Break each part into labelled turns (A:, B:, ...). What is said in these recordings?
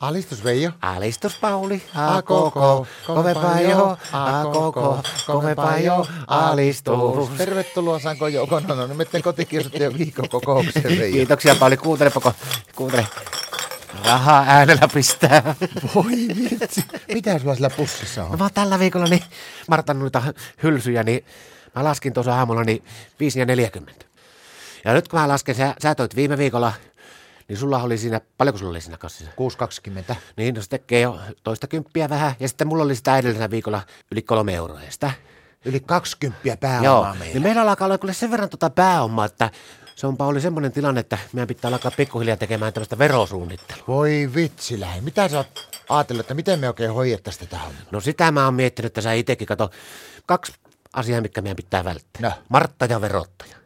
A: Alistus Veijo.
B: Alistus Pauli,
A: A koko, kovempaa jo, a koko, kovempaa jo, alistus. Tervetuloa Sanko Joukona, no nyt menen kotikirjoittajan
B: Niin.
A: viikkokokoukseen Veijo.
B: Kiitoksia Pauli, kuuntelepa, kun- kuuntele. Rahaa äänellä pistää.
A: Voi vitsi, mitä sulla sillä pussissa
B: No
A: on?
B: mä oon tällä viikolla niin martannut noita hylsyjä, niin mä laskin tuossa aamulla niin 5 ja 40. Ja nyt kun mä lasken, sä, sä toit viime viikolla, niin sulla oli siinä, paljonko sulla oli siinä kassissa?
A: 6.20.
B: Niin, no se tekee jo toista kymppiä vähän. Ja sitten mulla oli sitä edellisenä viikolla yli kolme euroa ja sitä.
A: Yli 20
B: Joo,
A: pääomaa
B: niin
A: meillä.
B: meillä alkaa olla kyllä sen verran tuota pääomaa, että se on Pauli semmoinen tilanne, että meidän pitää alkaa pikkuhiljaa tekemään tämmöistä verosuunnittelua.
A: Voi vitsi lähin. Mitä sä oot ajatellut, että miten me oikein hoidettaisiin tätä hommaa?
B: No sitä mä oon miettinyt, että sä itekin kato kaksi asiaa, mitkä meidän pitää välttää.
A: No.
B: Martta ja verottaja.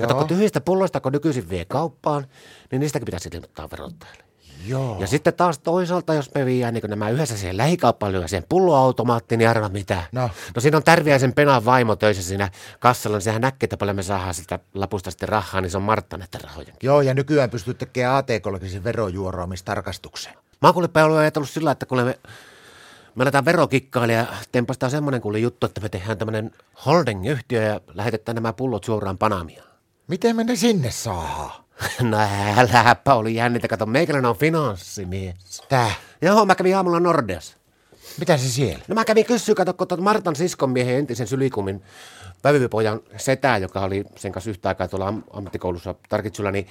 B: Kato, kun
A: Joo,
B: tyhjistä pulloista, kun nykyisin vie kauppaan, niin niistäkin pitäisi ilmoittaa verottajalle.
A: joo.
B: Ja sitten taas toisaalta, jos me viiään niin nämä yhdessä siihen lähikauppaan lyö siihen pulloautomaattiin, niin arva mitä.
A: No.
B: no siinä on Tärviäisen penan vaimo töissä siinä kassalla, niin sehän näkee, että paljon me saadaan sitä lapusta sitten rahaa, niin se on Martta näitä rahoja.
A: Joo, ja nykyään pystyy tekemään ATK-logisen verojuoroamistarkastuksen.
B: Mä oon kuule Pauli, ajatellut sillä, että kun me, me aletaan verokikkailla ja tempastaan semmoinen kuule juttu, että me tehdään tämmöinen holding-yhtiö ja lähetetään nämä pullot suoraan Panamiaan.
A: Miten me ne sinne saadaan?
B: No älä Pauli jännitä, kato meikäläinen on finanssimies.
A: Tää.
B: Joo, mä kävin aamulla Nordeassa.
A: Mitä se siellä?
B: No mä kävin kysyä, kato, kun tuon Martan siskon miehen entisen sylikumin vävypojan setää, joka oli sen kanssa yhtä aikaa tuolla am- ammattikoulussa Tarkitsulla, niin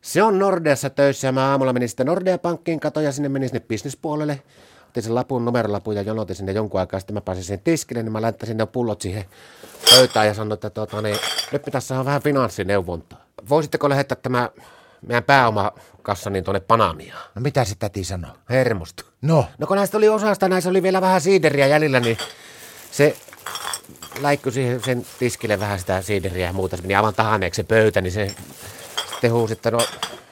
B: se on Nordeassa töissä ja mä aamulla menin sitten Nordea-pankkiin, katoin ja sinne menin sinne bisnespuolelle. Otin sen lapun, numerolapun ja jonotin sinne jonkun aikaa, sitten mä pääsin sen tiskille, niin mä länttäsin ne pullot siihen pöytään ja sanoin, että tuota, niin, nyt pitäisi saada vähän finanssineuvontaa. Voisitteko lähettää tämä meidän pääomakassa niin tuonne Panamiaan?
A: No mitä se täti sanoo?
B: Hermostu.
A: No,
B: No kun näistä oli osasta, näissä oli vielä vähän siideriä jäljellä, niin se läikkyi siihen sen tiskille vähän sitä siideriä ja muuta. Se meni aivan tahaneeksi se pöytä, niin se sitten huusi, että no...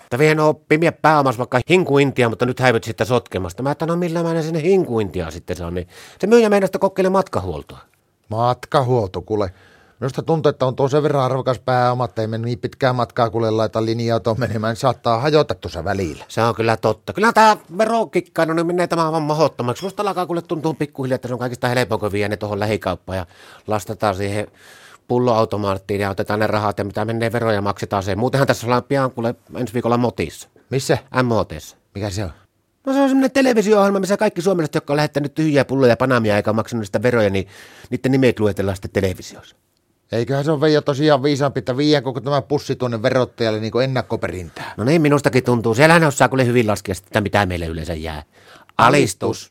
B: Että vielä on pimiä pääomas vaikka hinkuintia, mutta nyt häivyt sitten sotkemasta. Mä että no millä mä en sinne hinkuintia sitten saan, niin se myyjä meinaa sitä kokkeille matkahuoltoa.
A: matkahuolto kuule. Minusta tuntuu, että on tuo sen verran arvokas pääoma, että ei me niin pitkää matkaa kuule laita linjaa tuon menemään. niin Saattaa hajota tuossa välillä.
B: Se on kyllä totta. Kyllä tämä verokikka, no niin menee tämä aivan mahdottomaksi. Musta alkaa kuule tuntuu pikkuhiljaa, että se on kaikista helpoin, kun vie ne tuohon lähikauppaan ja lastataan siihen pulloautomaattiin ja otetaan ne rahat ja mitä menee veroja maksetaan se. Muutenhan tässä ollaan pian kuule ensi viikolla motissa,
A: Missä?
B: MOTissa.
A: Mikä se on?
B: No se on semmoinen televisio-ohjelma, missä kaikki suomalaiset, jotka on lähettänyt tyhjiä pulloja panamia eikä ole maksanut sitä veroja, niin niiden nimet luetellaan sitten televisiossa.
A: Eiköhän se ole Veijo tosiaan viisaampi, että viiän koko tämä pussi tuonne verottajalle niin kuin ennakkoperintää.
B: No niin, minustakin tuntuu. Siellähän ne osaa kuule hyvin laskea sitä, mitä meille yleensä jää. Alistus.